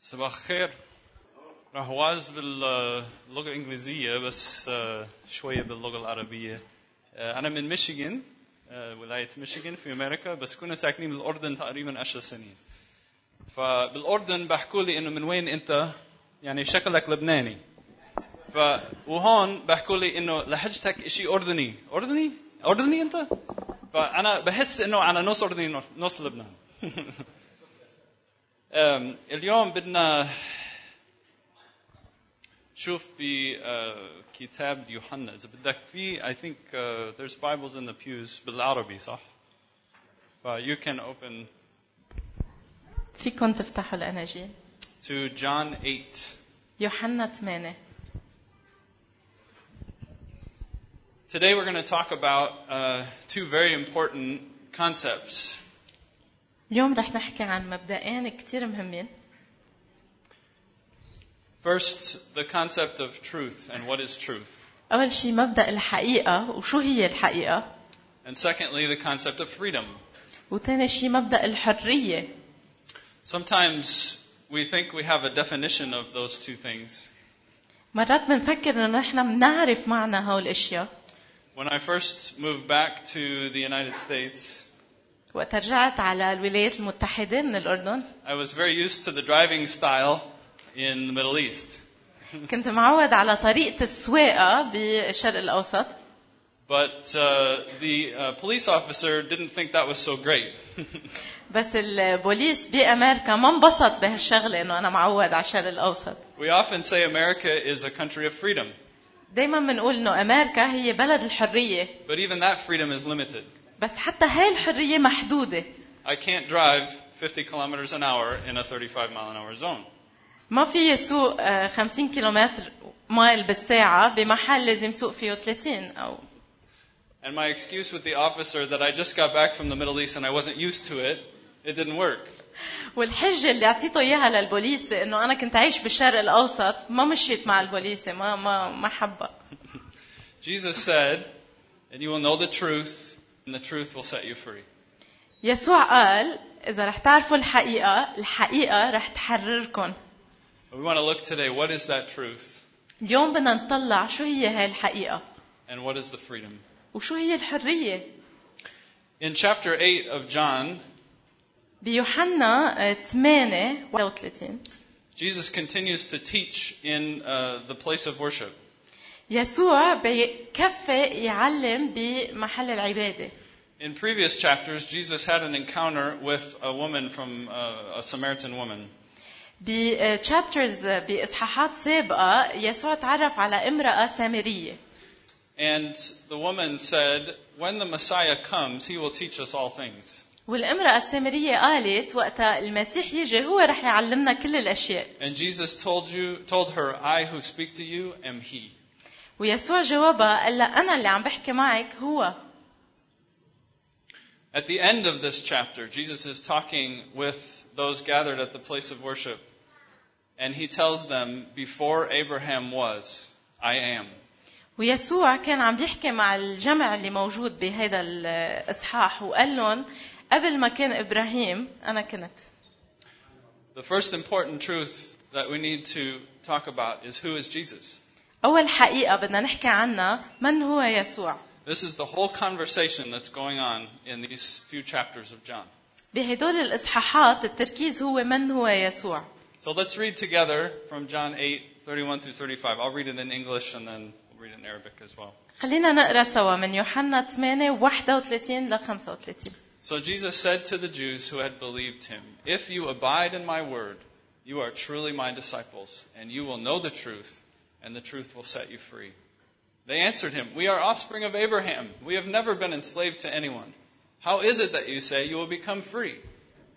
صباح الخير راح واز باللغة الإنجليزية بس آه، شوية باللغة العربية آه، أنا من ميشيغان آه، ولاية ميشيغان في أمريكا بس كنا ساكنين بالأردن تقريبا عشر سنين فبالأردن بحكوا لي إنه من وين أنت يعني شكلك لبناني ف وهون بحكوا لي انه لهجتك شيء اردني، اردني؟ اردني انت؟ فانا بحس انه انا نص اردني نص لبنان. أم، Um, اليوم بدنا شوف بكتاب يوحنا اذا بدك في I think uh, there's Bibles in the pews بالعربي صح؟ ف you can open فيكم تفتحوا الأناجيل to John 8 يوحنا 8 Today we're going to talk about uh, two very important concepts. اليوم رح نحكي عن مبدئين كتير مهمين First, the concept of truth and what is truth. أول شيء مبدأ الحقيقة وشو هي الحقيقة And secondly, the concept of freedom. وتاني شيء مبدأ الحرية Sometimes we think we have a definition of those two things. مرات بنفكر انه نحن بنعرف معنى هول الاشياء When I first moved back to the United States, وقت رجعت على الولايات المتحدة من الأردن I was very used to the driving style in the Middle East. كنت معود على طريقة السواقة بالشرق الأوسط But uh, the uh, police officer didn't think that was so great. بس البوليس بأمريكا ما انبسط بهالشغلة انه أنا معود على الشرق الأوسط we often say America is a country of freedom, دايما بنقول انه أمريكا هي بلد الحرية but even that freedom is limited. بس حتى هاي الحرية محدودة I can't drive 50 kilometers an hour in a 35 mile an hour zone. ما في يسوق آه، 50 كيلومتر مايل بالساعة بمحل لازم يسوق فيه 30 أو And my excuse with the officer that I just got back from the Middle East and I wasn't used to it, it didn't work. والحجة اللي أعطيته إياها للبوليس إنه أنا كنت عايش بالشرق الأوسط ما مشيت مع البوليس ما ما ما حبة Jesus said, and you will know the truth, and the truth will set you free. يسوع قال إذا رح تعرفوا الحقيقة الحقيقة رح تحرركم We want to look today, what is that truth اليوم بدنا نطلع شو هي هاي الحقيقة and what is the freedom? وشو هي الحرية In chapter 8 of John, بيوحنا آه، 8 31 Jesus continues to teach in uh, the place of worship. يسوع بكفي يعلم بمحل العبادة In previous chapters, Jesus had an encounter with a woman from uh, a Samaritan woman. بتشابترز uh, بإصحاحات سابقة يسوع تعرف على امرأة سامرية And the woman said, When the Messiah comes, he will teach us all things. والامرأة السامرية قالت وقتها المسيح يجي هو رح يعلمنا كل الأشياء And Jesus told you told her, I who speak to you am he. ويسوع جوابها قال لها أنا اللي عم بحكي معك هو At the end of this chapter, Jesus is talking with those gathered at the place of worship, and he tells them, Before Abraham was, I am. ويسوع كان عم بيحكي مع الجمع اللي موجود بهذا الإصحاح وقال لهم قبل ما كان إبراهيم أنا كنت The first important truth that we need to talk about is who is Jesus. أول حقيقة بدنا نحكي عنها من هو يسوع This is the whole conversation that's going on in these few chapters of John. بهدول الإصحاحات التركيز هو من هو يسوع So let's read together from John 8, 31 through 35. I'll read it in English and then we'll read it in Arabic as well. خلينا نقرا سوا من يوحنا 8 31 ل 35 So Jesus said to the Jews who had believed him, If you abide in my word, you are truly my disciples, and you will know the truth, and the truth will set you free. They answered him, We are offspring of Abraham. We have never been enslaved to anyone. How is it that you say you will become free?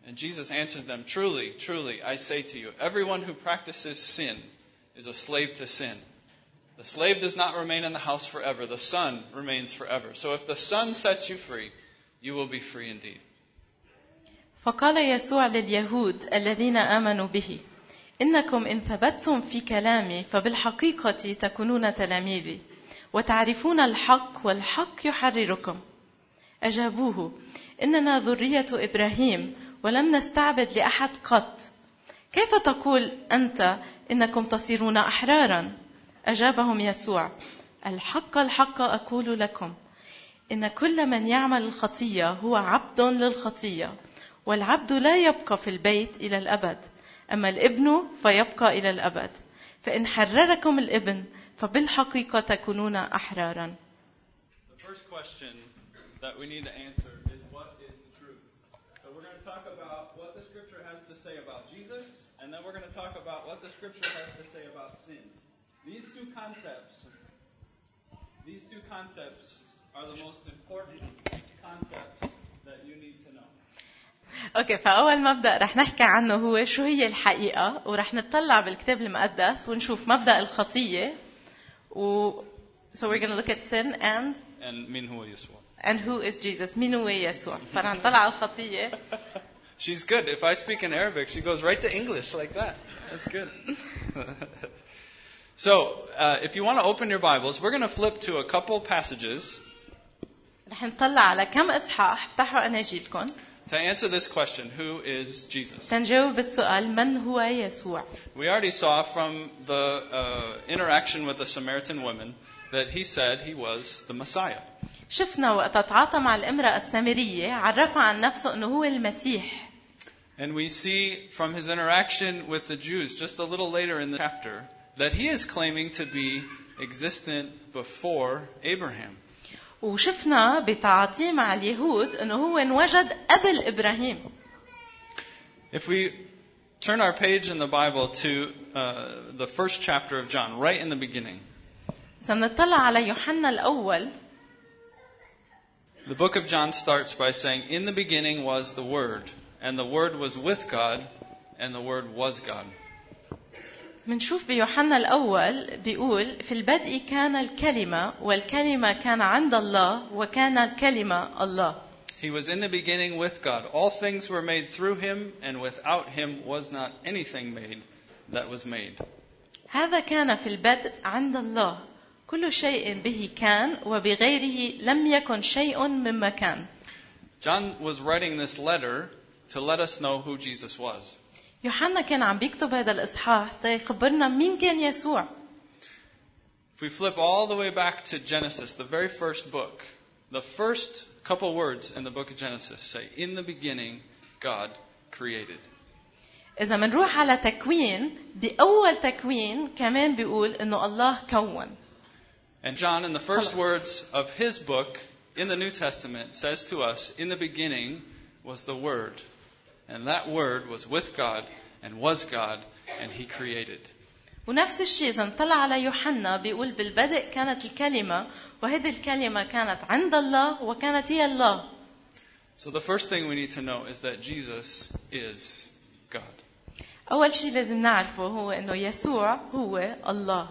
And Jesus answered them, Truly, truly, I say to you, everyone who practices sin is a slave to sin. The slave does not remain in the house forever, the son remains forever. So if the son sets you free, you will be free indeed. فقال يسوع لليهود الذين آمنوا به إنكم إن ثبتتم في كلامي فبالحقيقة تكونون تلاميذي وتعرفون الحق والحق يحرركم أجابوه إننا ذرية إبراهيم ولم نستعبد لأحد قط كيف تقول أنت إنكم تصيرون أحرارا أجابهم يسوع الحق الحق أقول لكم إن كل من يعمل الخطية هو عبد للخطية والعبد لا يبقى في البيت إلى الأبد أما الابن فيبقى إلى الأبد فإن حرركم الابن فبالحقيقة تكونون أحرارا The first question that we need to answer is what is the truth? So we're going to talk about what the scripture has to say about Jesus, and then we're going to talk about what the scripture has to say about sin. These two concepts, these two concepts are the most important concepts that you need to know. اوكي فاول مبدا رح نحكي عنه هو شو هي الحقيقه ورح نطلع بالكتاب المقدس ونشوف مبدا الخطيه و so we're gonna look at sin and And min huwa Yiswa. and who is Jesus مين هو يسوع فرح نطلع على الخطيه She's good. If I speak in Arabic, she goes right to English like that. That's good. so, uh, if you want to open your Bibles, we're going to flip to a couple passages رح نطلع على كم اصحاح افتحوا اناجيلكم to answer this question Who is Jesus? تنجاوب السؤال من هو يسوع We already saw from the uh, interaction with the Samaritan woman that he said he was the Messiah. شفنا وقت تعاطى مع الامراه السامريه عرفها عن نفسه انه هو المسيح And we see from his interaction with the Jews just a little later in the chapter that he is claiming to be existent before Abraham. وشفنا بتعاطيه مع اليهود انه هو انوجد قبل ابراهيم If we turn our page in the Bible to uh, the first chapter of John, right in the beginning, إذا بنطلع على يوحنا الأول the book of John starts by saying, In the beginning was the Word, and the Word was with God, and the Word was God. منشوف بيوحنا الأول بيقول في البدء كان الكلمة والكلمة كان عند الله وكان الكلمة الله He was in the beginning with God. All things were made through him, and without him was not anything made that was made. هذا كان في البدء عند الله كل شيء به كان وبغيره لم يكن شيء مما كان John was writing this letter to let us know who Jesus was. يوحنا كان عم بيكتب هذا الإصحاح سيخبرنا مين كان يسوع If we flip all the way back to Genesis, the very first book, the first couple words in the book of Genesis say, In the beginning, God created. إذا منروح على تكوين بأول تكوين كمان بيقول إنه الله كون And John, in the first Hello. words of his book in the New Testament, says to us, In the beginning was the Word, and that Word was with God, and was God, and He created. ونفس الشيء إذا نطلع على يوحنا بيقول بالبدء كانت الكلمة وهذه الكلمة كانت عند الله وكانت هي الله So the first thing we need to know is that Jesus is God. أول شيء لازم نعرفه هو أنه يسوع هو الله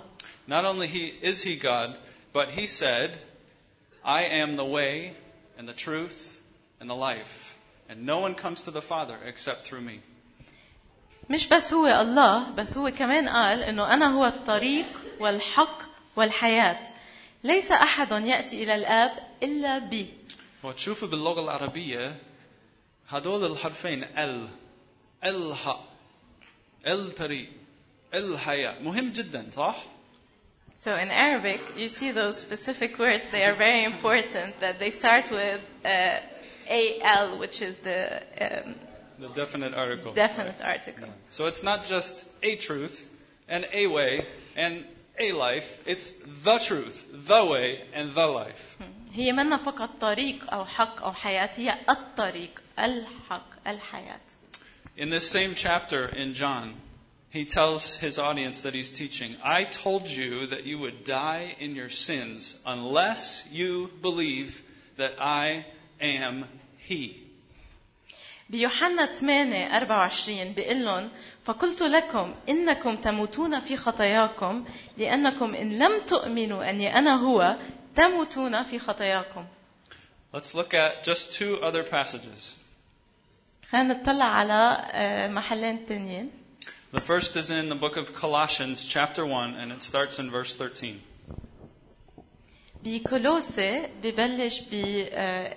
Not only he, is he God, but he said, I am the way and the truth and the life, and no one comes to the Father except through me. مش بس هو الله بس هو كمان قال أنه أنا هو الطريق والحق والحياة ليس أحد يأتي إلى الآب إلا بي وتشوف باللغة العربية هدول الحرفين ال الحق الطريق الحياة مهم جدا صح؟ So in Arabic, you see those specific words. They are very important. That they start with uh, al, which is the um, The definite article. definite article. So it's not just a truth and a way and a life, it's the truth, the way, and the life. هي منا فقط طريق أو حق أو حياة هي الطريق الحق الحياة In this same chapter in John, he tells his audience that he's teaching, I told you that you would die in your sins unless you believe that I am He. بيوحنا 8 24 بيقول لهم فقلت لكم إنكم تموتون في خطاياكم لأنكم إن لم تؤمنوا أني أنا هو تموتون في خطاياكم Let's look at just two other passages. خلينا نطلع على آه، محلين تانيين The first is in the book of Colossians, chapter 1, and it starts in verse 13. بكولوسي ببلش ب آه،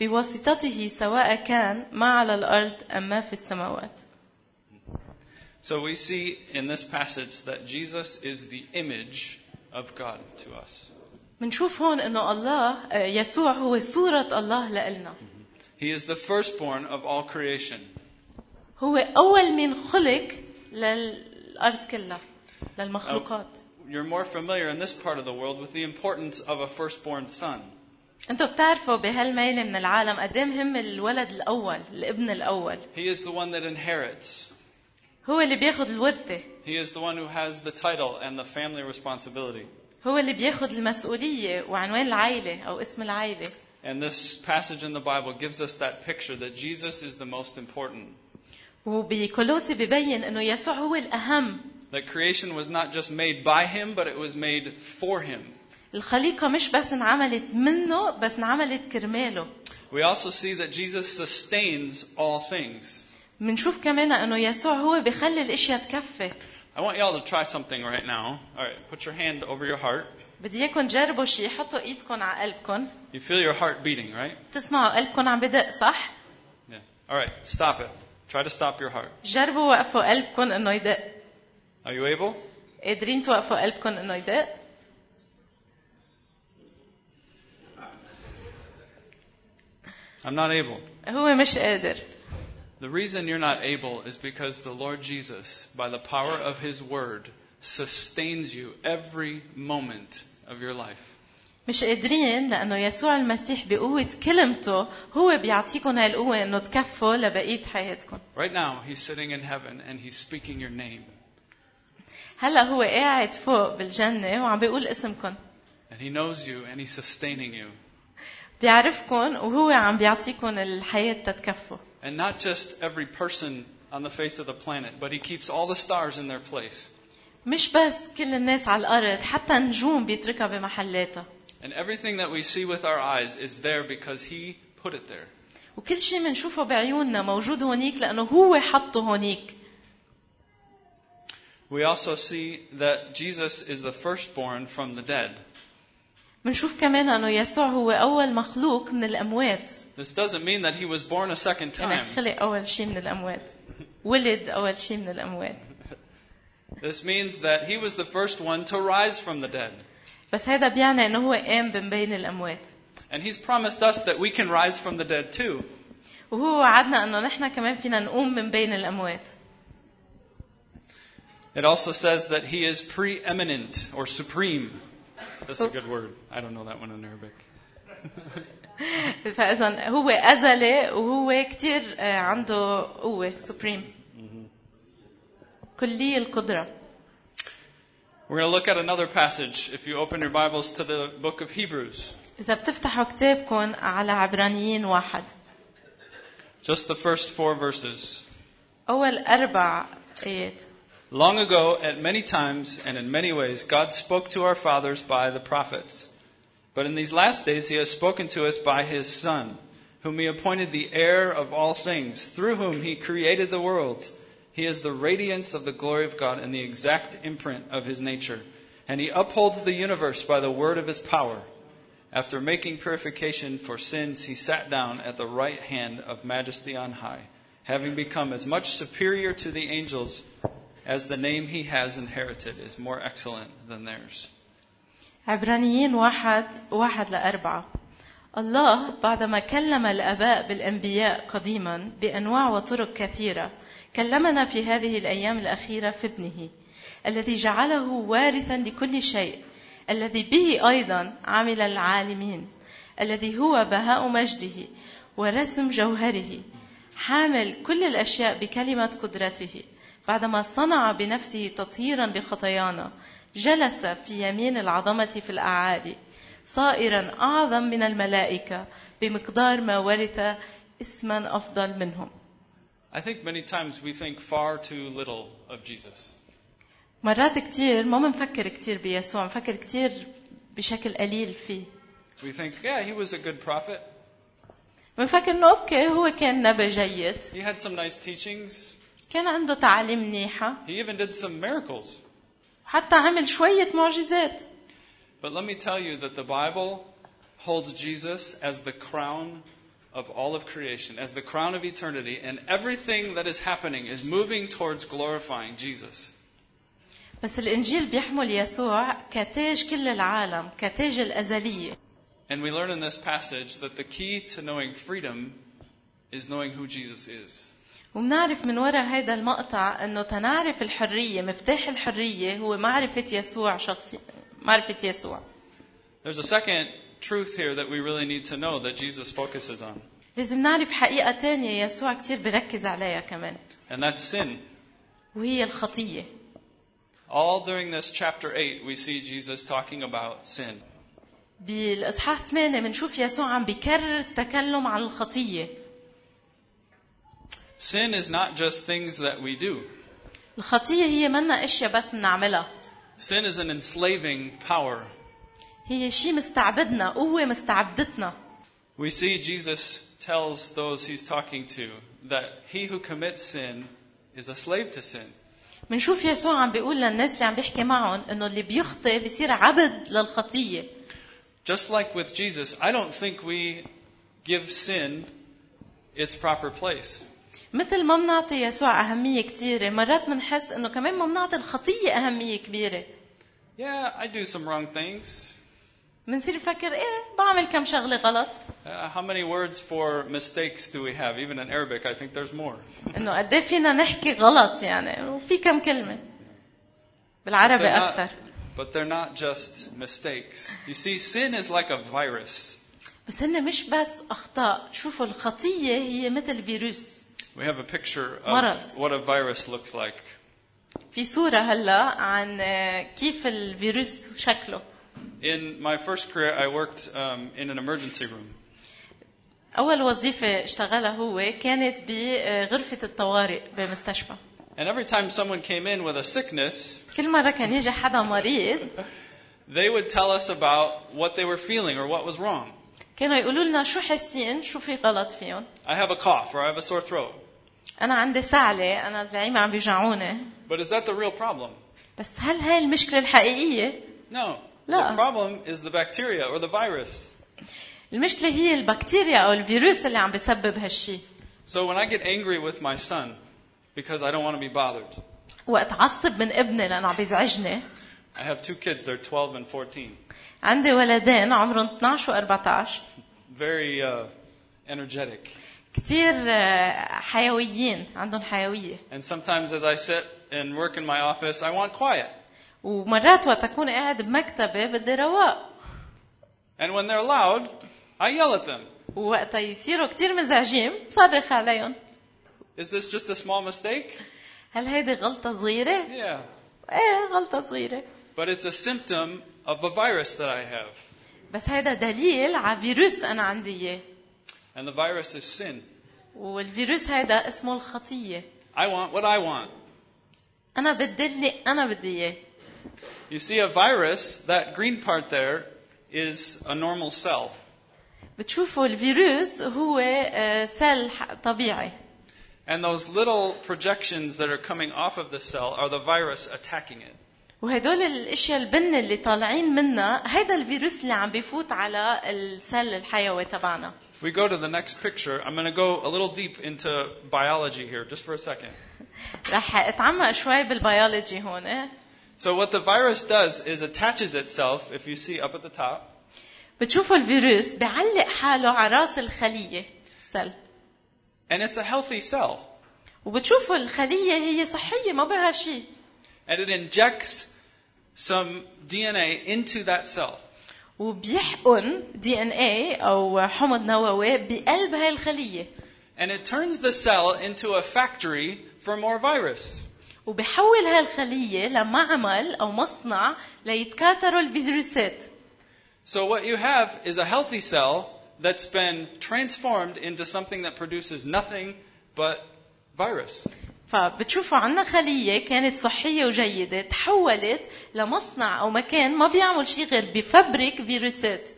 بواسطته سواء كان ما على الأرض أم ما في السماوات So we see in this passage that Jesus is the image of God to us. منشوف هون أنه الله آه، يسوع هو صورة الله لإلنا He is the firstborn of all creation. هو أول من خلق للأرض كلها للمخلوقات You're more familiar in this part of the world with the importance of a firstborn son. انتوا بتعرفوا بهالميلة من العالم قد إيه مهم الولد الأول الابن الأول He is the one that inherits. هو اللي بياخد الورثة He is the one who has the title and the family responsibility. هو اللي بياخد المسؤولية وعنوان العائلة أو اسم العائلة And this passage in the Bible gives us that picture that Jesus is the most important. وبكولوسي ببين أنه يسوع هو الأهم That creation was not just made by him, but it was made for him. الخليقة مش بس انعملت منه بس انعملت كرماله We also see that Jesus sustains all things. منشوف كمان أنه يسوع هو بخلي الأشياء تكفي I want y'all to try something right now. All right, put your hand over your heart. بدي اياكم تجربوا شي حطوا ايدكم على قلبكم You feel your heart beating, right? تسمعوا قلبكم عم بدق صح Yeah. All right, stop it. Try to stop your heart. جربوا وقفوا قلبكم انه يدق Are you able? قادرين توقفوا قلبكم انه يدق I'm not able. هو مش قادر The reason you're not able is because the Lord Jesus, by the power of his word, sustains you every moment of your life. مش قادرين لانه يسوع المسيح بقوه كلمته هو بيعطيكم هالقوه انه تكفوا لبقيه حياتكم Right now, he's sitting in heaven and he's speaking your name. هلا هو قاعد فوق بالجنه وعم بيقول اسمكم And he knows you and he's sustaining you. بيعرفكم وهو عم بيعطيكم الحياه تتكفوا And not just every person on the face of the planet, but he keeps all the stars in their place. مش بس كل الناس على الارض حتى النجوم بيتركها بمحلاتها And everything that we see with our eyes is there because he put it there. وكل شيء منشوفه بعيوننا موجود هونيك لانه هو حطه هونيك We also see that Jesus is the firstborn from the dead. منشوف كمان انه يسوع هو اول مخلوق من الاموات This doesn't mean that he was born a second يعني time. خلق اول شيء من الاموات ولد اول شيء من الاموات This means that he was the first one to rise from the dead. بس هذا بيعني انه هو قام من بين الاموات And he's promised us that we can rise from the dead too. وهو وعدنا انه نحن كمان فينا نقوم من بين الاموات It also says that he is preeminent or supreme. That's a good word. I don't know that one in Arabic. فاذا هو ازلي وهو كتير آه، عنده قوه سوبريم كلية القدرة We're going to look at another passage if you open your Bibles to the book of Hebrews, إذا بتفتحوا كتابكم على عبرانيين واحد just the first four verses. أول أربع آيات Long ago, at many times and in many ways, God spoke to our fathers by the prophets. But in these last days, He has spoken to us by His Son, whom He appointed the heir of all things, through whom He created the world. He is the radiance of the glory of God and the exact imprint of His nature. And He upholds the universe by the word of His power. After making purification for sins, he sat down at the right hand of majesty on high, having become as much superior to the angels as the name he has inherited is more excellent than theirs. عبرانيين واحد واحد لأربعة الله بعدما كلم الآباء بالأنبياء قديما بأنواع وطرق كثيرة كلمنا في هذه الأيام الأخيرة في ابنه الذي جعله وارثا لكل شيء الذي به ايضا عمل العالمين الذي هو بهاء مجده ورسم جوهره حامل كل الاشياء بكلمه قدرته بعدما صنع بنفسه تطهيرا لخطايانا جلس في يمين العظمه في الاعالي صائرا اعظم من الملائكه بمقدار ما ورث اسما افضل منهم I think many times we think far too little of Jesus. مرات كتير ما بنفكر كتير بيسوع بنفكر كتير بشكل قليل فيه We think, yeah, he was a good prophet. بنفكر انه اوكي هو كان نبي جيد He had some nice teachings. كان عنده تعاليم منيحة He even did some miracles. حتى عمل شوية معجزات But let me tell you that the Bible holds Jesus as the crown of all of creation, as the crown of eternity, and everything that is happening is moving towards glorifying Jesus. بس الإنجيل بيحمل يسوع كتاج كل العالم كتاج الأزلية And we learn in this passage that the key to knowing freedom is knowing who Jesus is. ومنعرف من وراء هذا المقطع أنه تنعرف الحرية مفتاح الحرية هو معرفة يسوع شخصي معرفة يسوع There's a second truth here that we really need to know that Jesus focuses on, لازم نعرف حقيقة تانية يسوع كتير بركز عليها كمان and that's sin. وهي الخطية All during this chapter 8, we see Jesus talking about sin. بالإصحاح 8 بنشوف يسوع عم بيكرر التكلم عن الخطية Sin is not just things that we do. الخطية هي منا أشياء بس بنعملها Sin is an enslaving power. هي شيء مستعبدنا قوة مستعبدتنا We see Jesus tells those he's talking to that he who commits sin is a slave to sin. منشوف يسوع عم بيقول للناس اللي عم بيحكي معهم انه اللي بيخطئ بصير عبد للخطية Just like with Jesus, I don't think we give sin its proper place. مثل ما بنعطي يسوع أهمية كتيرة مرات بنحس انه كمان ما بنعطي الخطية أهمية كبيرة Yeah, I do some wrong things. بنصير نفكر ايه بعمل كم شغلة غلط Uh, how many words for mistakes do we have? Even in Arabic, I think there's more. انه قد إيه فينا نحكي غلط يعني وفي كم كلمة بالعربي They're not- أكثر but they're not just mistakes. You see, sin is like a virus. بس هن مش بس أخطاء شوفوا الخطية هي مثل فيروس We have a picture of مرض. what a virus looks like. في صورة هلا عن آه، كيف الفيروس شكله In my first career, I worked um, in an emergency room. أول وظيفة اشتغلها هو كانت بغرفة الطوارئ بمستشفى And every time someone came in with a sickness, كل مرة كان يجي حدا مريض they would tell us about what they were feeling or what was wrong. كانوا يقولوا لنا شو حاسين شو في غلط فيهم I have a cough or I have a sore throat. أنا عندي سعلة أنا زعيمة عم بيوجعوني But is that the real problem? بس هل هاي المشكلة الحقيقية؟ No. لا. The problem is the bacteria or the virus. المشكلة هي البكتيريا أو الفيروس اللي عم بسبب هالشي So when I get angry with my son because I don't want to be bothered, وقت عصب من ابني لأنه عم بيزعجني I have two kids, they're 12 and 14. عندي ولدين عمرهم 12 و14 Very uh, energetic. كتير آه، حيويين عندهم حيوية And sometimes as I sit and work in my office, I want quiet. ومرات وقت أكون قاعد بمكتبة بدي رواق And when they're loud, I yell at them. ووقتها يصيروا كتير مزعجين بصرخ عليهم Is this just a small mistake? هل هيدي غلطة صغيرة؟ Yeah. ايه غلطة صغيرة But it's a symptom of a virus that I have. بس هيدا دليل على فيروس أنا عندي إياه And the virus is sin. والفيروس هيدا اسمه الخطية I want what I want. أنا بدي اللي أنا بدي إياه You see, a virus, that green part there, is a normal cell. بتشوفوا الفيروس هو آه، سل ح- طبيعي And those little projections that are coming off of the cell are the virus attacking it. وهدول الاشياء البنة اللي طالعين منها هيدا الفيروس اللي عم بيفوت على السل الحيوي تبعنا If we go to the next picture, I'm going to go a little deep into biology here, just for a second. رح اتعمق شوي بالبيولوجي هون So, what the virus does is attaches itself, if you see up at the top, بتشوفوا الفيروس بيعلق حاله على راس الخلية السل and it's a healthy cell. وبتشوفوا الخلية هي صحية ما بها شيء and it injects some DNA into that cell. وبيحقن دي ان اي او حمض نووي بقلب هاي الخليه And it turns the cell into a factory for more virus. وبحول هاي الخليه لمعمل او مصنع ليتكاثروا الفيروسات So what you have is a healthy cell that's been transformed into something that produces nothing but virus. فبتشوفوا عنا خلية كانت صحية وجيدة تحولت لمصنع أو مكان ما بيعمل شيء غير بفبرك فيروسات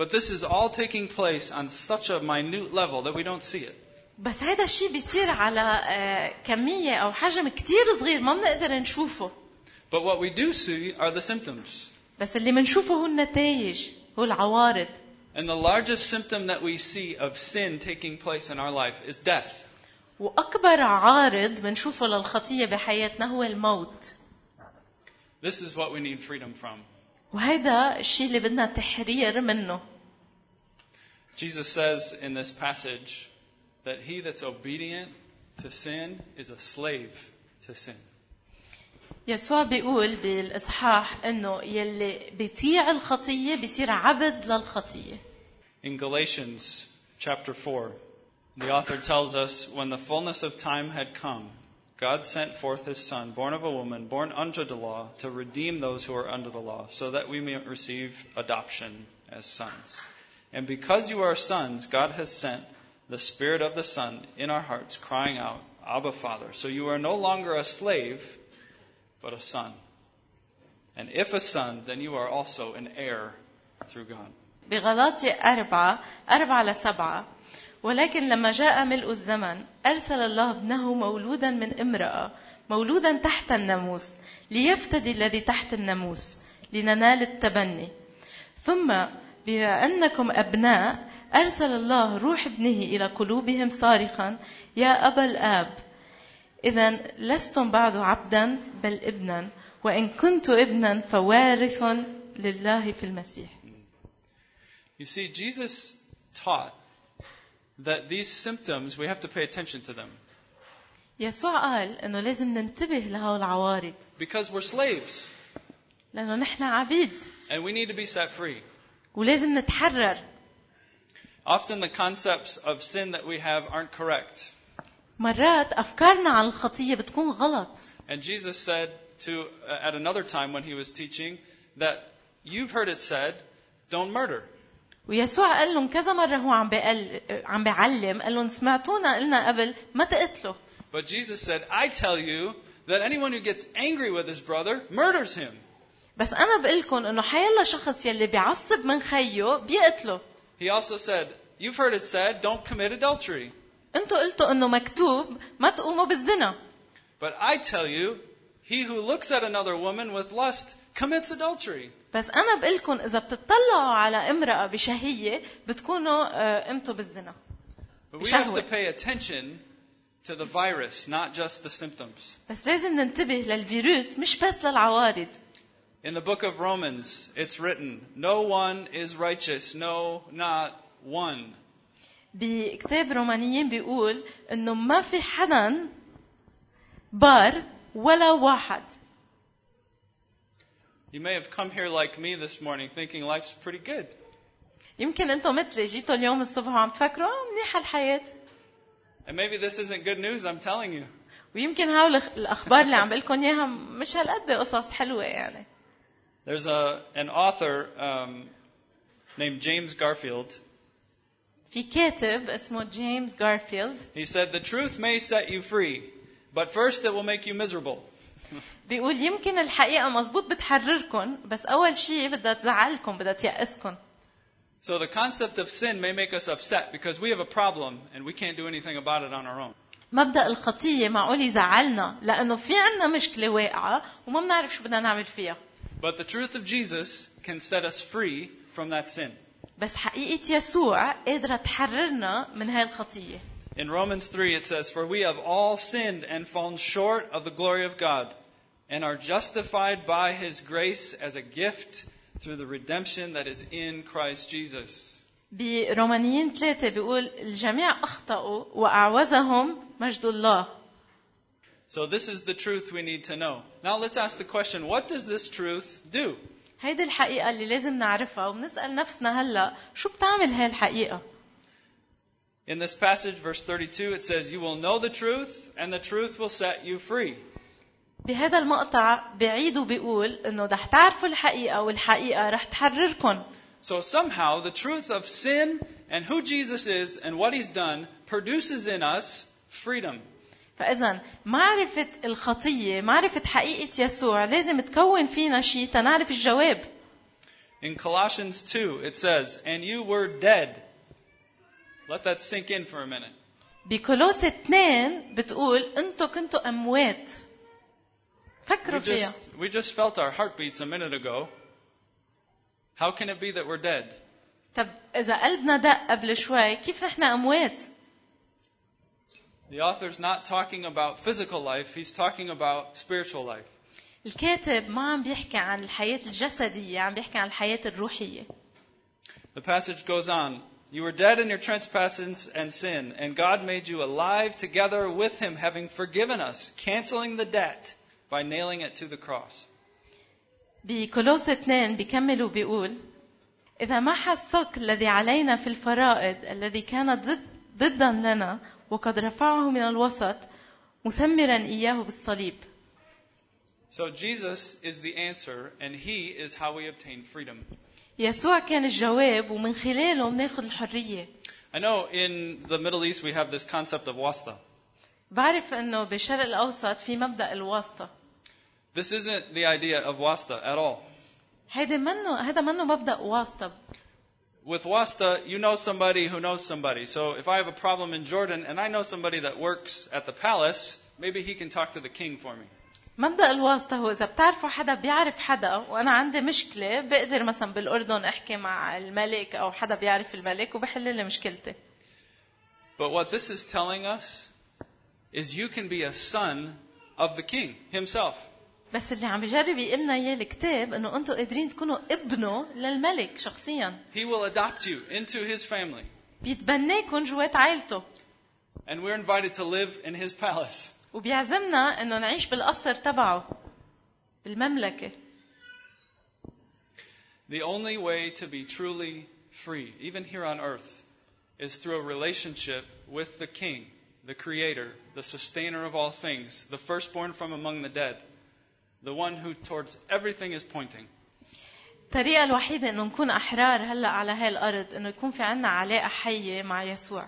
But this is all taking place on such a minute level that we don't see it. بس هذا الشيء بيصير على آه، كمية أو حجم كتير صغير ما بنقدر نشوفه But what we do see are the symptoms. بس اللي منشوفه هو النتائج هو العوارض And the largest symptom that we see of sin taking place in our life is death. وأكبر عارض منشوفه للخطية بحياتنا هو الموت This is what we need freedom from. وهذا الشيء اللي بدنا تحرير منه Jesus says in this passage that he that's obedient to sin is a slave to sin. يسوع بيقول بالإصحاح إنه يلي بيطيع الخطية بيصير عبد للخطية In Galatians chapter 4, the author tells us when the fullness of time had come, God sent forth his Son, born of a woman, born under the law, to redeem those who are under the law, so that we may receive adoption as sons. And because you are sons, God has sent the Spirit of the Son in our hearts, crying out, Abba, Father. So you are no longer a slave, but a son. And if a son, then you are also an heir through God. بغلاطي أربعة أربعة لسبعة ولكن لما جاء ملء الزمن أرسل الله ابنه مولودا من امرأة مولودا تحت الناموس ليفتدي الذي تحت الناموس لننال التبني ثم بما أنكم أبناء أرسل الله روح ابنه إلى قلوبهم صارخا يا أبا الآب إذا لستم بعد عبدا بل ابنا وإن كنت ابنا فوارث لله في المسيح You see, Jesus taught that these symptoms, we have to pay attention to them يسوع قال انه لازم ننتبه لهول العوارض because we're slaves لانه نحن عبيد and we need to be set free. ولازم نتحرر Often the concepts of sin that we have aren't correct. مرات افكارنا عن الخطيه بتكون غلط And Jesus said to, uh, at another time when he was teaching, that you've heard it said, don't murder. ويسوع قال لهم كذا مره هو عم بقل عم بعلم قال لهم سمعتونا قلنا قبل ما تقتلوا But Jesus said, I tell you that anyone who gets angry with his brother murders him. بس انا بقول لكم انه حيلا شخص يلي بيعصب من خيه بيقتله He also said, You've heard it said, don't commit adultery. انتوا قلتوا انه مكتوب ما تقوموا بالزنا But I tell you, he who looks at another woman with lust commits adultery. بس انا بقول لكم اذا بتطلعوا على امراه بشهيه بتكونوا آه، قمتوا بالزنا But we have to Shahwat. pay attention to the virus, not just the symptoms. بس لازم ننتبه للفيروس مش بس للعوارض In the book of Romans, it's written, No one is righteous, no, not one. بكتاب رومانيين بيقول انه ما في حدا بار ولا واحد You may have come here like me this morning thinking life's pretty good. يمكن انتم مثلي جيتوا اليوم الصبح وعم تفكروا آه، منيحه الحياه And maybe this isn't good news, I'm telling you. ويمكن هول الأخ- الاخبار اللي عم بقولكم اياها مش هالقد قصص حلوه يعني There's a, an author um, named James Garfield. في كاتب اسمه جيمس جارفيلد He said, The truth may set you free, but first it will make you miserable. بيقول يمكن الحقيقه مزبوط بتحرركم بس اول شيء بدها تزعلكم بدها تيأسكم So the concept of sin may make us upset because we have a problem and we can't do anything about it on our own. مبدا الخطيه معقول يزعلنا لانه في عنا مشكله واقعه وما بنعرف شو بدنا نعمل فيها But the truth of Jesus can set us free from that sin. بس حقيقه يسوع قادره تحررنا من هاي الخطيه In Romans 3 it says, For we have all sinned and fallen short of the glory of God and are justified by his grace as a gift through the redemption that is in Christ Jesus. برومانيين ثلاثة بيقول الجميع أخطأوا وأعوزهم مجد الله So, this is the truth we need to know. Now, let's ask the question what does this truth do? هيدي الحقيقة اللي لازم نعرفها وبنسأل نفسنا هلا شو بتعمل هاي الحقيقة؟ In this passage, verse 32, it says, You will know the truth, and the truth will set you free. بهذا المقطع بعيد وبيقول انه رح تعرفوا الحقيقة والحقيقة رح تحرركم So, somehow, the truth of sin and who Jesus is and what he's done produces in us freedom. فإذا معرفة الخطية معرفة حقيقة يسوع لازم تكون فينا شيء تنعرف الجواب In Colossians 2, it says, And you were dead. Let that sink in for a minute. بكولوس 2 بتقول انتو كنتوا اموات We فكروا فيها just, we just felt our heartbeats a minute ago. How can it be that we're dead? طب اذا قلبنا دق قبل شوي كيف نحن اموات The author's not talking about physical life, he's talking about spiritual life. الكاتب ما عم بيحكي عن الحياة الجسدية عم بيحكي عن الحياة الروحية The passage goes on You were dead in your trespasses and sin, and God made you alive together with him, having forgiven us, canceling the debt by nailing it to the cross. بكولوس 2 بيكمل وبيقول إذا ما حسك الذي علينا في الفرائض الذي كان ضد ضدا لنا وقد رفعه من الوسط مسمرا إياه بالصليب So Jesus is the answer, and he is how we obtain freedom. يسوع كان الجواب ومن خلاله بناخد الحرية I know in the Middle East we have this concept of wasta. بعرف أنه بالشرق الأوسط في مبدأ الواسطة This isn't the idea of wasta at all. هيدا منه هذا منه مبدأ واسطة With wasta, you know somebody who knows somebody. So if I have a problem in Jordan and I know somebody that works at the palace, maybe he can talk to the king for me. مبدأ الواسطة هو إذا بتعرفوا حدا بيعرف حدا وأنا عندي مشكلة بقدر مثلا بالأردن أحكي مع الملك أو حدا بيعرف الملك وبحل لي مشكلتي But what this is telling us is you can be a son of the king himself. بس اللي عم بجرب يقلنا إياه الكتاب إنه أنتم قادرين تكونوا ابنه للملك شخصيا He will adopt you into his family, بيتبناكم جوات عائلته and we're invited to live in his palace. وبيعزمنا إنه نعيش بالقصر تبعه بالمملكة The only way to be truly free, even here on earth, is through a relationship with the King, the Creator, the Sustainer of all things, the firstborn from among the dead, the one who towards everything is pointing. الطريقة الوحيدة إنه نكون أحرار هلأ على هاي الأرض إنه يكون في عنا علاقة حية مع يسوع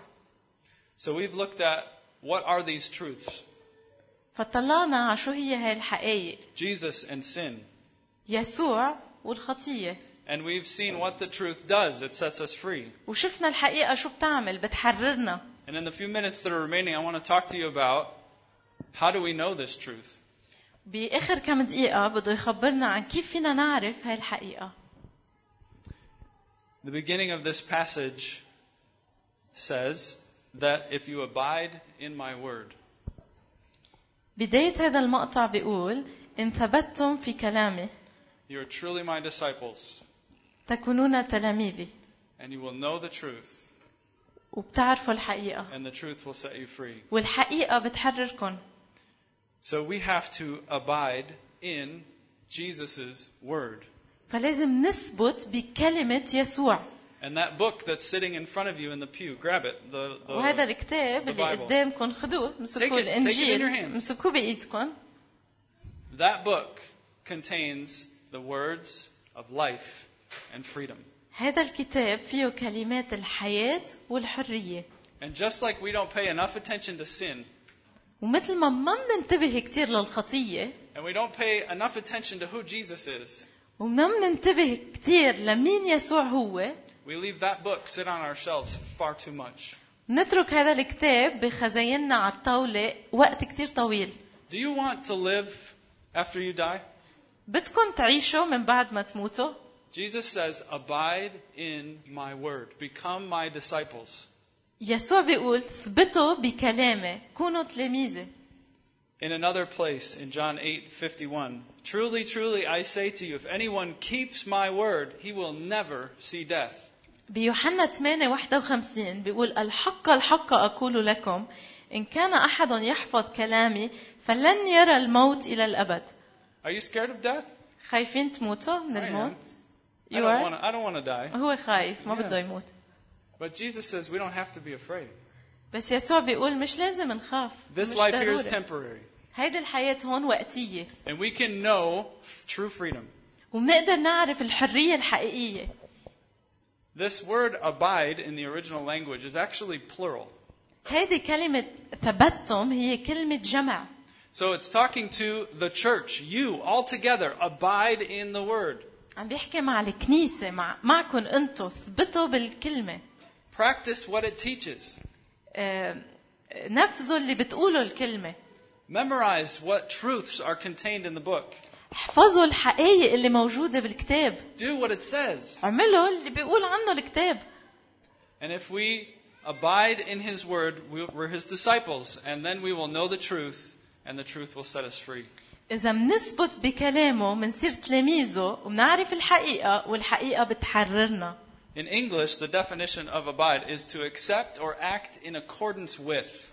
So we've looked at what are these truths فطلعنا على شو هي هاي الحقائق Jesus and sin. يسوع والخطية And we've seen what the truth does it sets us free. وشفنا الحقيقة شو بتعمل بتحررنا And in the few minutes that are remaining, I want to talk to you about how do we know this truth? بآخر كم دقيقة بده يخبرنا عن كيف فينا نعرف هاي الحقيقة The beginning of this passage says that if you abide in my word, بداية هذا المقطع بيقول إن ثبتتم في كلامي you are truly my disciples, تكونون تلاميذي and you will know the truth, وبتعرفوا الحقيقة and the truth will set you free. والحقيقة بتحرركم So we have to abide in Jesus' word. فلازم نثبت بكلمة يسوع And that book that's sitting in front of you in the pew, grab it. The, the, وهذا الكتاب Oh. the اللي Bible. قدامكم خدوه Take it- امسكوه take it in your hand. الإنجيل امسكوه بإيدكم That book contains the words of life and freedom. هذا الكتاب فيه كلمات الحياة والحرية And just like we don't pay enough attention to sin, ومثل ما ما مننتبه كتير للخطية and we don't pay enough attention to who Jesus is, وما مننتبه كتير لمين يسوع هو we leave that book sit on our shelves far too much. نترك هذا الكتاب بخزايننا على الطاولة وقت كتير طويل Do you want to live after you die? بدكم تعيشوا من بعد ما تموتوا Jesus says, Abide in my word, become my disciples. يسوع بيقول ثبتوا بكلامه كونوا تلاميذي In another place in John 8 51, truly, truly, I say to you, if anyone keeps my word, he will never see death. بيوحنا 8 51 بيقول الحق الحق أقول لكم إن كان أحد يحفظ كلامي فلن يرى الموت إلى الأبد Are you scared of death? خايفين تموتوا من I am. الموت I You don't are want to. I don't want to die. هو خايف ما Yeah. بده يموت But Jesus says we don't have to be afraid. بس يسوع بيقول مش لازم نخاف This مش life here is ضروري. temporary, هيدي الحياة هون وقتية and we can know f- true freedom. وبنقدر نعرف الحرية الحقيقية This word abide in the original language is actually plural. هيدي كلمة ثبتم هي كلمة جمع So it's talking to the church, you all together, abide in the word. عم بيحكي مع الكنيسة مع معكن انتو ثبتوا بالكلمة Practice what it teaches. آه، نفذوا اللي بتقوله الكلمة Memorize what truths are contained in the book. احفظوا الحقائق اللي موجودة بالكتاب Do what it says. اعملوا اللي بيقول عنه الكتاب And if we abide in his word, we- we're his disciples, and then we will know the truth, and the truth will set us free. إذا منثبت بكلامه منصير تلاميذه ومنعرف الحقيقة والحقيقة بتحررنا In English, the definition of abide is to accept or act in accordance with.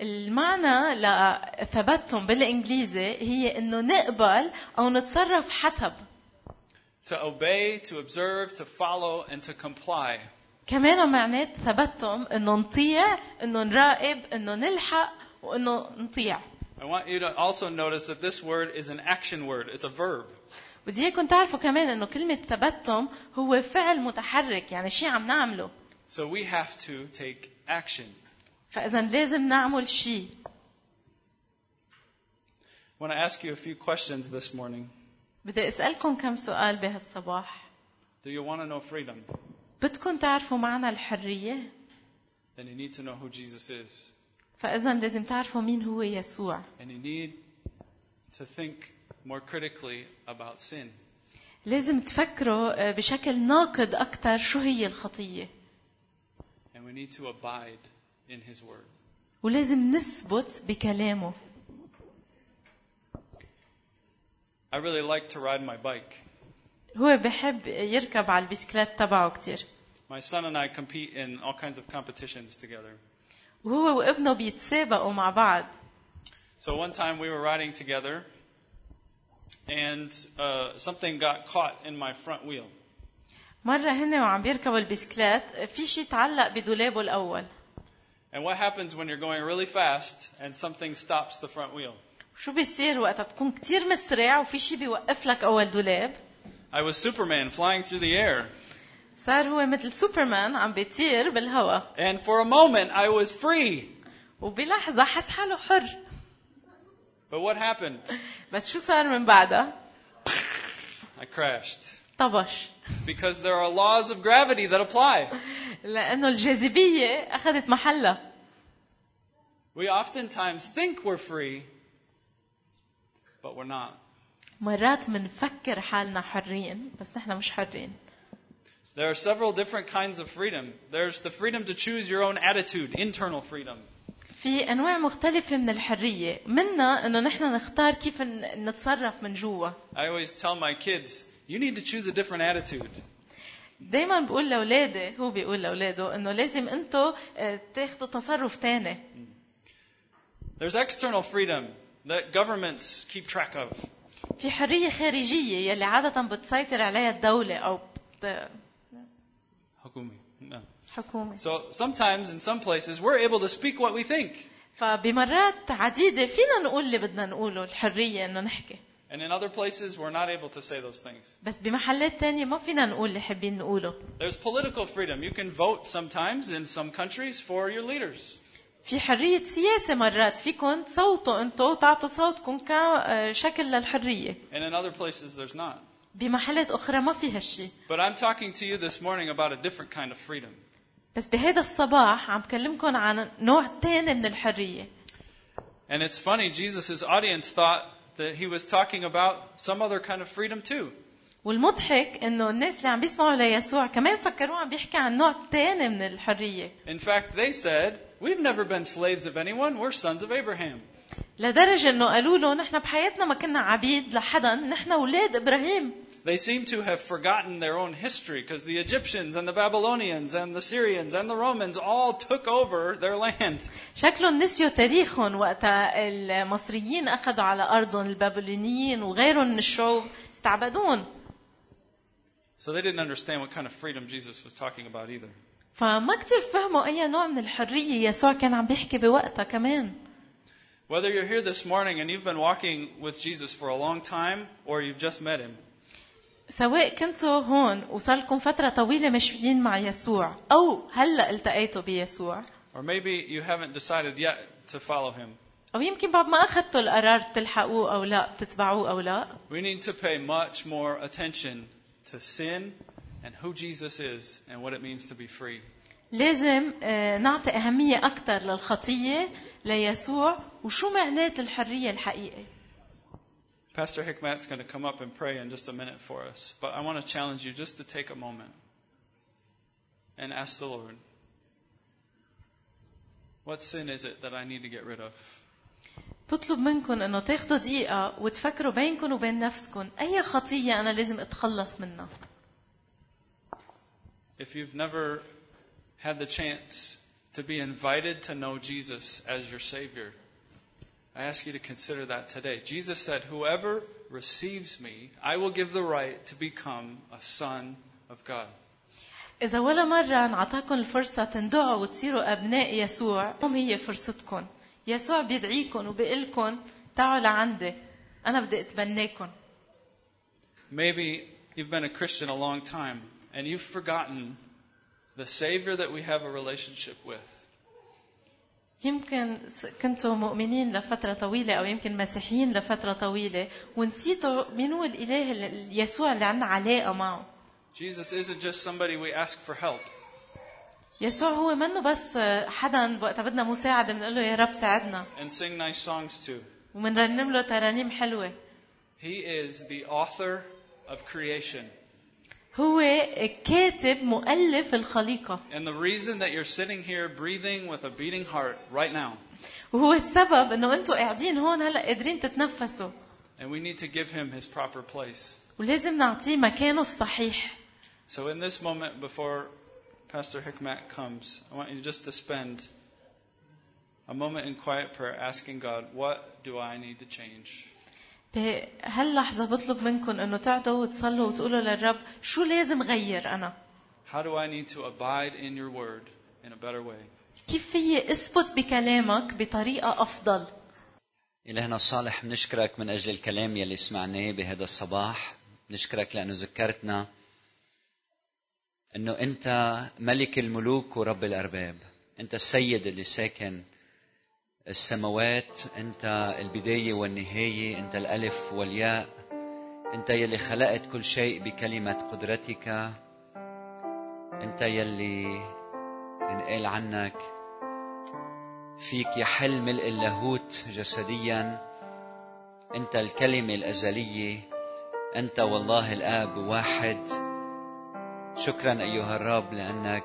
المعنى لثبتهم بالإنجليزي هي إنه نقبل أو نتصرف حسب To obey, to observe, to follow, and to comply. كمان معنات ثبتهم إنه نطيع إنه نراقب إنه نلحق وإنه نطيع I want you to also notice that this word is an action word, it's a verb. بدي اياكم تعرفوا كمان انه كلمة ثبتهم هو فعل متحرك يعني شيء عم نعمله So we have to take action. فاذا لازم نعمل شيء I want to ask you a few questions this morning. بدي اسالكم كم سؤال بهالصباح Do you want to know freedom? بدكم تعرفوا معنى الحرية Then you need to know who Jesus is. فاذا لازم تعرفوا مين هو يسوع And you need to think more critically about sin. لازم تفكروا آه، بشكل ناقد اكثر شو هي الخطية And we need to abide in His Word. ولازم نثبت بكلامه I really like to ride my bike. هو بحب يركب على البسكليت تبعه كتير My son and I compete in all kinds of competitions together. وهو وابنه بيتسابقوا مع بعض So one time we were riding together, and uh, something got caught in my front wheel. مرة هن وعم بيركبوا البسكليت في شي تعلق بدولابه الأول And what happens when you're going really fast and something stops the front wheel? شو بيصير وقتها بتكون كتير مسرع وفي شي بيوقف لك أول دولاب I was Superman flying through the air. صار هو مثل سوبرمان عم بيطير بالهواء And for a moment, I was free. وبلحظة حس حاله حر But what happened? بس شو صار من بعدها I crashed. طبش Because there are laws of gravity that apply. لأنه الجاذبية أخذت محلها We oftentimes think we're free, but we're not. مرات منفكر حالنا حرين بس نحن مش حرين There are several different kinds of freedom. There's the freedom to choose your own attitude, internal freedom. في أنواع مختلفة من الحرية منها إنه نحن نختار كيف ن- نتصرف من جوا I always tell my kids, you need to choose a different attitude. دايما بقول لاولادي هو بيقول لاولاده انه لازم انتم تاخذوا تصرف تاني There's external freedom that governments keep track of. في حريه خارجيه يلي عاده بتسيطر عليها الدوله او بت- Hukumi. No. حكومه So sometimes in some places we're able to speak what we think, فبمرات عديده فينا نقول اللي بدنا نقوله الحريه انه نحكي and in other places we're not able to say those things. بس بمحلات تانية ما فينا نقول اللي حابين نقوله There's political freedom. You can vote sometimes in some countries for your leaders. في حرية سياسة مرات فيكم تصوتوا انتم وتعطوا صوتكم كشكل للحرية And in other places there's not. بمحلات أخرى ما في هالشي But I'm talking to you this morning about a different kind of freedom. بس بهيدا الصباح عم كلمكم عن نوع تاني من الحرية And it's funny, Jesus' audience thought that he was talking about some other kind of freedom too. والمضحك انه الناس اللي عم بيسمعوا ليسوع كمان فكروا عم بيحكي عن نوع تاني من الحرية In fact, they said, We've never been slaves of anyone, we're sons of Abraham. لدرجة انه قالوا له نحن بحياتنا ما كنا عبيد لحدا نحن اولاد ابراهيم They seem to have forgotten their own history because the Egyptians and the Babylonians and the Syrians and the Romans all took over their land. شكلهم نسيوا تاريخهم وقت المصريين أخذوا على أرضهم البابلونيين وغيرهم من الشعوب استعبدوهم So they didn't understand what kind of freedom Jesus was talking about either. فما كتير فهموا أي نوع من الحرية يسوع كان عم بيحكي بوقتها كمان Whether you're here this morning and you've been walking with Jesus for a long time or you've just met him, سواء كنتوا هون وصلكم فترة طويلة ماشيين مع يسوع أو هلأ التقيتوا بيسوع or maybe you haven't decided yet to follow him, أو يمكن بعد ما أخذتوا القرار بتلحقوه أو لا بتتبعوه أو لا we need to pay much more attention to sin and who Jesus is and what it means to be free. لازم آه، نعطي أهمية أكثر للخطية ليسوع وشو معنات الحرية الحقيقية Pastor Hikmat's going to come up and pray in just a minute for us, but I want to challenge you just to take a moment and ask the Lord, what sin is it that I need to get rid of? بطلب منكم انه تاخذوا دقيقة وتفكروا بينكم وبين نفسكم، أي خطية أنا لازم أتخلص منها؟ If you've never had the chance to be invited to know Jesus as your Savior, I ask you to consider that today. Jesus said, Whoever receives me, I will give the right to become a son of God. إذا ولا مرة انعطاكم الفرصة تندعوا وتصيروا أبناء يسوع، هم هي فرصتكم. يسوع بيدعيكم وبيقلكم تعالوا لعندي، أنا بدي أتبناكم. Maybe you've been a Christian a long time and you've forgotten the Savior that we have a relationship with. يمكن س- كنتوا مؤمنين لفترة طويلة أو يمكن مسيحيين لفترة طويلة ونسيتوا مين هو الإله ال- يسوع اللي عندنا علاقة معه. Jesus isn't just somebody we ask for help, يسوع هو منه بس حدا وقت بدنا مساعدة بنقول له يا رب ساعدنا and sing nice songs to. ومنرنم له ترانيم حلوة He is the author of creation. هو كاتب مؤلف الخليقة And the reason that you're sitting here breathing with a beating heart right now, وهو السبب انه انتوا قاعدين هون هلا قادرين تتنفسوا and we need to give him his proper place. ولازم نعطيه مكانه الصحيح So, in this moment before Pastor Hikmat comes, I want you just to spend a moment in quiet prayer asking God, What do I need to change? بهاللحظة بطلب منكم انه تقعدوا وتصلوا وتقولوا للرب شو لازم غير انا How do I need to abide in your word in a better way? كيف فيي اثبت بكلامك بطريقة افضل إلهنا الصالح بنشكرك من أجل الكلام يلي سمعناه بهذا الصباح بنشكرك لأنه ذكرتنا أنه أنت ملك الملوك ورب الأرباب أنت السيد اللي ساكن السماوات أنت البداية والنهاية أنت الألف والياء أنت يلي خلقت كل شيء بكلمة قدرتك أنت يلي انقال عنك فيك يحل ملء اللاهوت جسديا انت الكلمه الازليه انت والله الاب واحد شكرا ايها الرب لانك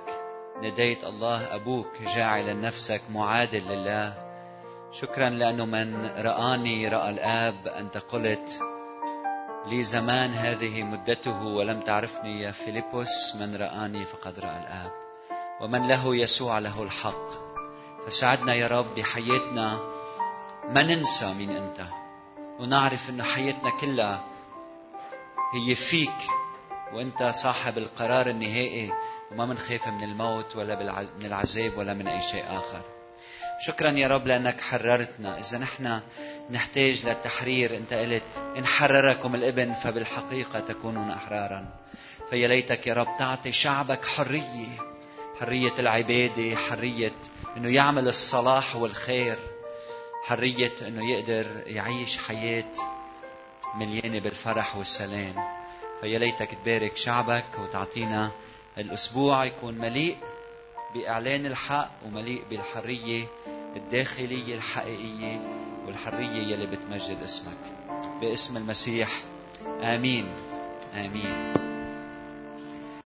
ناديت الله ابوك جاعلا نفسك معادل لله شكرا لانه من راني راى الاب انت قلت لي زمان هذه مدته ولم تعرفني يا فيليبوس من رآني فقد رأى الآب ومن له يسوع له الحق فساعدنا يا رب بحياتنا ما ننسى مين أنت ونعرف أن حياتنا كلها هي فيك وأنت صاحب القرار النهائي وما منخاف من الموت ولا بالع- من العذاب ولا من أي شيء آخر شكرا يا رب لأنك حررتنا إذا نحن نحتاج للتحرير أنت قلت إن حرركم الابن فبالحقيقة تكونون أحرارا فيا ليتك يا رب تعطي شعبك حرية حرية العبادة حرية أنه يعمل الصلاح والخير حرية أنه يقدر يعيش حياة مليانة بالفرح والسلام فيا ليتك تبارك شعبك وتعطينا الأسبوع يكون مليء بإعلان الحق ومليء بالحرية الداخلية الحقيقية والحرية يلي بتمجد اسمك باسم المسيح آمين آمين